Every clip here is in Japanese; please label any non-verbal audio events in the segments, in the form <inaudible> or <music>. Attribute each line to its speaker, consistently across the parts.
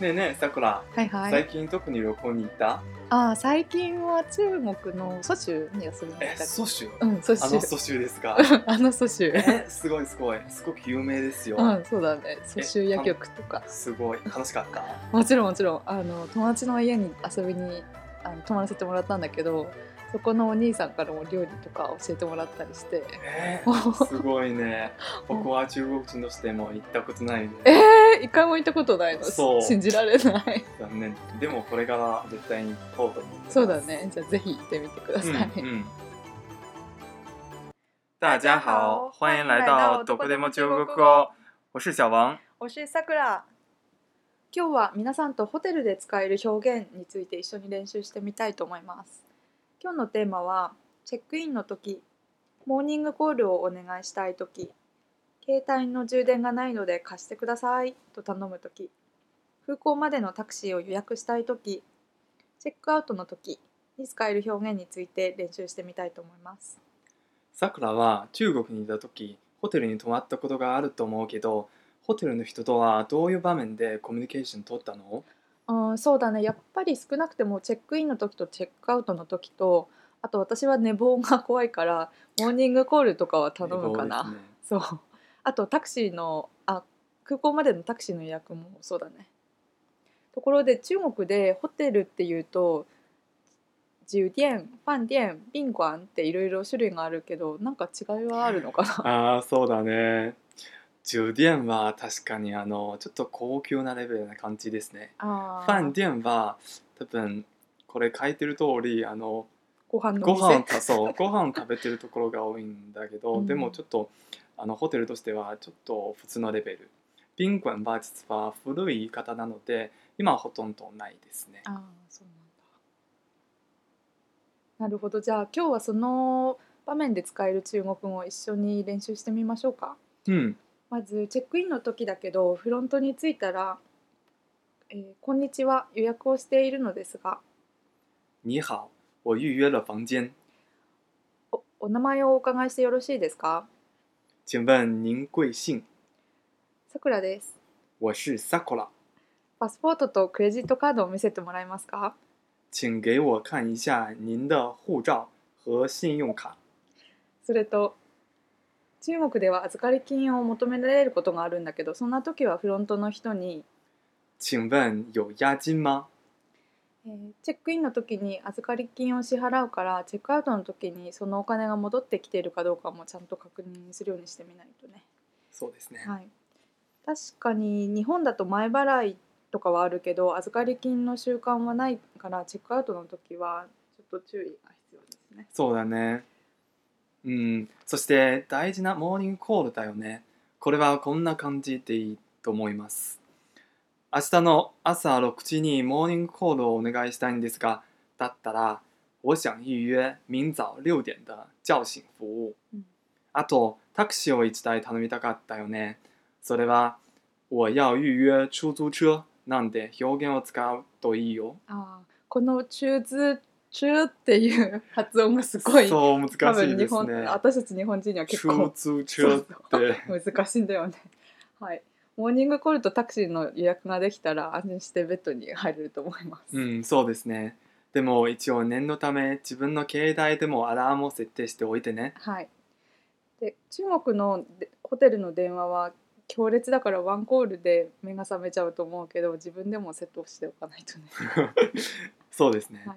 Speaker 1: ねえねえさくら
Speaker 2: はいはい。
Speaker 1: 最近特に旅行に行った
Speaker 2: ああ、最近は中国の蘇州に遊びに行
Speaker 1: え
Speaker 2: った。
Speaker 1: 蘇州
Speaker 2: うん、蘇州
Speaker 1: あ。の蘇州ですか
Speaker 2: <laughs> あの蘇州。
Speaker 1: えすごいすごいすごく有名ですよ、
Speaker 2: うん、そうだね。蘇州夜曲とか。
Speaker 1: すごい楽しかった
Speaker 2: もちろんもちろん、あの友達の家に遊びにあの泊まらせてもらったんだけど、そこのお兄さんからも料理とか教えてもらったりして。
Speaker 1: えすごいね僕は中国人としても行ったことないね
Speaker 2: えー、一回も行ったことないの。
Speaker 1: そう
Speaker 2: 信じられない。
Speaker 1: 残念でもこれから絶対に行こうと思ってます
Speaker 2: そうだね。じゃあぜひ行ってみてください。
Speaker 1: 嗯嗯。大家好，欢迎来到どこでも中国語。我是小王。
Speaker 2: おしさくら今日は皆さんとホテルで使える表現について一緒に練習してみたいと思います今日のテーマはチェックインの時モーニングコールをお願いしたい時携帯の充電がないので貸してくださいと頼む時空港までのタクシーを予約したい時チェックアウトの時に使える表現について練習してみたいと思います
Speaker 1: さくらは中国にいた時、ホテルに泊まったことがあると思うけど、ホテルの人とはどういう場面でコミュニケーション取ったの？
Speaker 2: うん、そうだねやっぱり少なくてもチェックインの時とチェックアウトの時とあと私は寝坊が怖いからモーニングコールとかは頼むかな、
Speaker 1: 英語ですね。
Speaker 2: そうあとタクシーのあ空港までのタクシーの予約もそうだねところで中国でホテルっていうと酒店飯店賓館っていろいろ種類があるけどなんか違いはあるのか
Speaker 1: <laughs>
Speaker 2: な
Speaker 1: ああ、そうだね。充電は確かにあのちょっと高級なレベルな感じですね。
Speaker 2: あー
Speaker 1: 飯店は多分これ書いてる通りあの
Speaker 2: ご飯の
Speaker 1: ご
Speaker 2: 店
Speaker 1: 飯たそうご飯食べてるところが多いんだけど、
Speaker 2: うん
Speaker 1: でもちょっとあのホテルとしてはちょっと普通のレベル賓館は実は古い言い方なので今はほとんどないですね
Speaker 2: ああそうなんだなるほどじゃあ今日はその場面で使える中国語を一緒に練習してみましょうか
Speaker 1: うん
Speaker 2: まずチェックインの時だけどフロントに着いたら、えーこんにちは予約をしているのですが
Speaker 1: 「你好我预约了房间
Speaker 2: おお名前をお伺いしてよろしいですか
Speaker 1: 请问您贵姓
Speaker 2: さくらです
Speaker 1: 我是 Sakura
Speaker 2: パスポートとクレジットカードを見せてもらえますか
Speaker 1: 请给我看一下您的护照和信用卡
Speaker 2: それと中国では預かり金を求められることがあるんだけどそんな時はフロントの人に
Speaker 1: 请问有押金吗
Speaker 2: えーチェックインの時に預かり金を支払うからチェックアウトの時にそのお金が戻ってきているかどうかもちゃんと確認するようにしてみないとね、
Speaker 1: そうですね
Speaker 2: はい、確かに日本だと前払いとかはあるけど預かり金の習慣はないからチェックアウトの時はちょっと注意が必要ですね
Speaker 1: そうだね。うん。そして大事なモーニングコールだよね。これはこんな感じでいいと思います。明日の朝6時にモーニングコールをお願いしたいんですが、だったら、我想预约明早6点的叫醒服务
Speaker 2: うん。
Speaker 1: あと、タクシーを1台頼みたかったよね。それは、我要预约出租车なんて表現を使うといいよ。
Speaker 2: あーこの「中ズ中」っていう発音がすごい
Speaker 1: そう難しい
Speaker 2: 多分
Speaker 1: で
Speaker 2: 日
Speaker 1: す
Speaker 2: 本
Speaker 1: ね。
Speaker 2: 私たち日本人には結構
Speaker 1: 出租車って。
Speaker 2: 難しいんだよね。 <laughs> はい。モーニングコールとタクシーの予約ができたら安心してベッドに入れると思います。
Speaker 1: うん、そうですね。でも一応念のため自分の携帯でもアラームを設定しておいてね。
Speaker 2: はい。で中国のでホテルの電話は強烈だからワンコールで目が覚めちゃうと思うけど自分でもセットしておかないとね。
Speaker 1: そうですね
Speaker 2: はい。。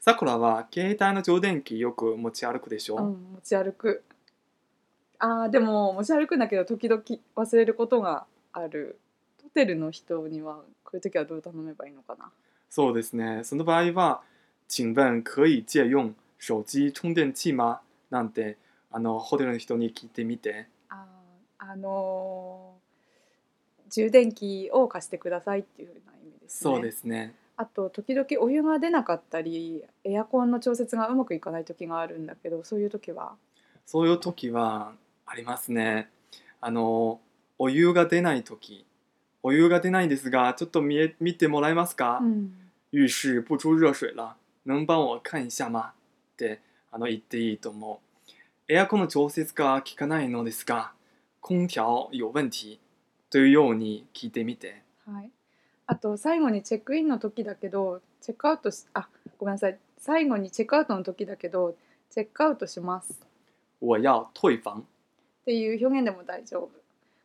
Speaker 1: さくらは携帯の充電器よく持ち歩くでしょ、
Speaker 2: うん持ち歩く。ああでも持ち歩くんだけど時々忘れることがある。ホテルの人にはこういう時はどう頼めばいいのかな。
Speaker 1: そうですね。その場合は、请问可以借用手機充電器吗なんて、あの、ホテルの人に聞いてみて。
Speaker 2: あーあのー充電器を貸してくださいっていうふうな意味ですね。
Speaker 1: そうですね。
Speaker 2: あと時々お湯が出なかったりエアコンの調節がうまくいかない時があるんだけどそういう時は
Speaker 1: そういう時はありますね。あの、お湯が出ない時。お湯が出ないですが、ちょっと見え見てもらえますか、
Speaker 2: ん
Speaker 1: 浴室不出热水了，能帮我看一下吗？ってあの言っていいと思う。エアコンの調節が効かないのですが、空調有問題というように聞いてみて。
Speaker 2: はい、あと最後にチェックインの時だけどチェックアウトしあごめんなさい最後にチェックアウトの時だけどチェックアウトしますっ
Speaker 1: 我要退房。
Speaker 2: ていう表現でも大丈夫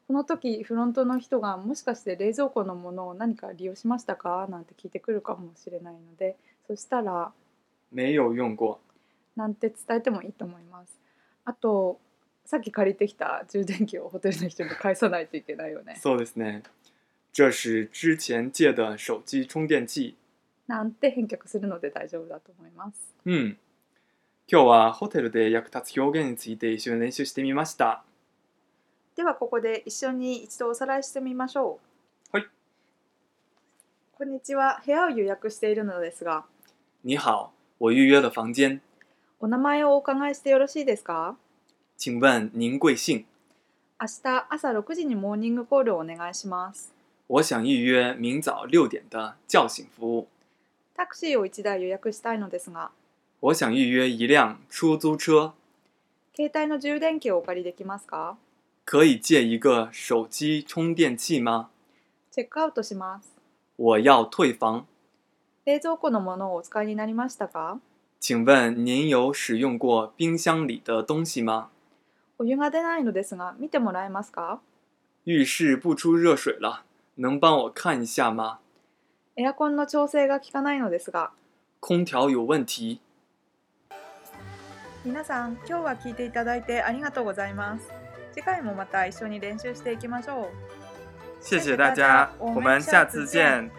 Speaker 2: この時フロントの人がもしかして冷蔵庫のものを何か利用しましたかなんて聞いてくるかもしれないのでそしたら
Speaker 1: 没有用过。
Speaker 2: なんて伝えてもいいと思いますあとさっき借りてきた充電器をホテルの人に返さないといけないよね
Speaker 1: そうですね。这是之前借的手机充电器。
Speaker 2: なんて返却するので大丈夫だと思います
Speaker 1: うん。今日はホテルで役立つ表現について一緒に練習してみました。
Speaker 2: ではここで一緒に一度おさらいしてみましょう
Speaker 1: はい
Speaker 2: こんにちは部屋を予約しているのですが
Speaker 1: 你好，我预约了房间，
Speaker 2: お名前をお伺いしてよろしいですか
Speaker 1: 请问您贵姓？
Speaker 2: 明日朝6時にモーニングコールをお願いします
Speaker 1: 我想预约明早六点的叫醒服务。
Speaker 2: タクシーを1台予約したいのですが
Speaker 1: 我想预约一辆出租车，
Speaker 2: 携帯の充電器をお借りできますか
Speaker 1: 可以借一个手机充电器吗？
Speaker 2: チェックアウトします
Speaker 1: 我要退房，
Speaker 2: 冷蔵庫のものをお使いになりましたか
Speaker 1: 请问您有使用过冰箱里的东西吗？
Speaker 2: お湯が出ないのですが見てもらえますか
Speaker 1: 浴室不出热水了，能帮我看一下吗？
Speaker 2: エアコンの調整が効かないのですが
Speaker 1: 空调有问题。
Speaker 2: 皆さん今日は聞いていただいてありがとうございます次回もまた一緒に練習していきましょう
Speaker 1: 谢
Speaker 2: 谢大家我们下次见，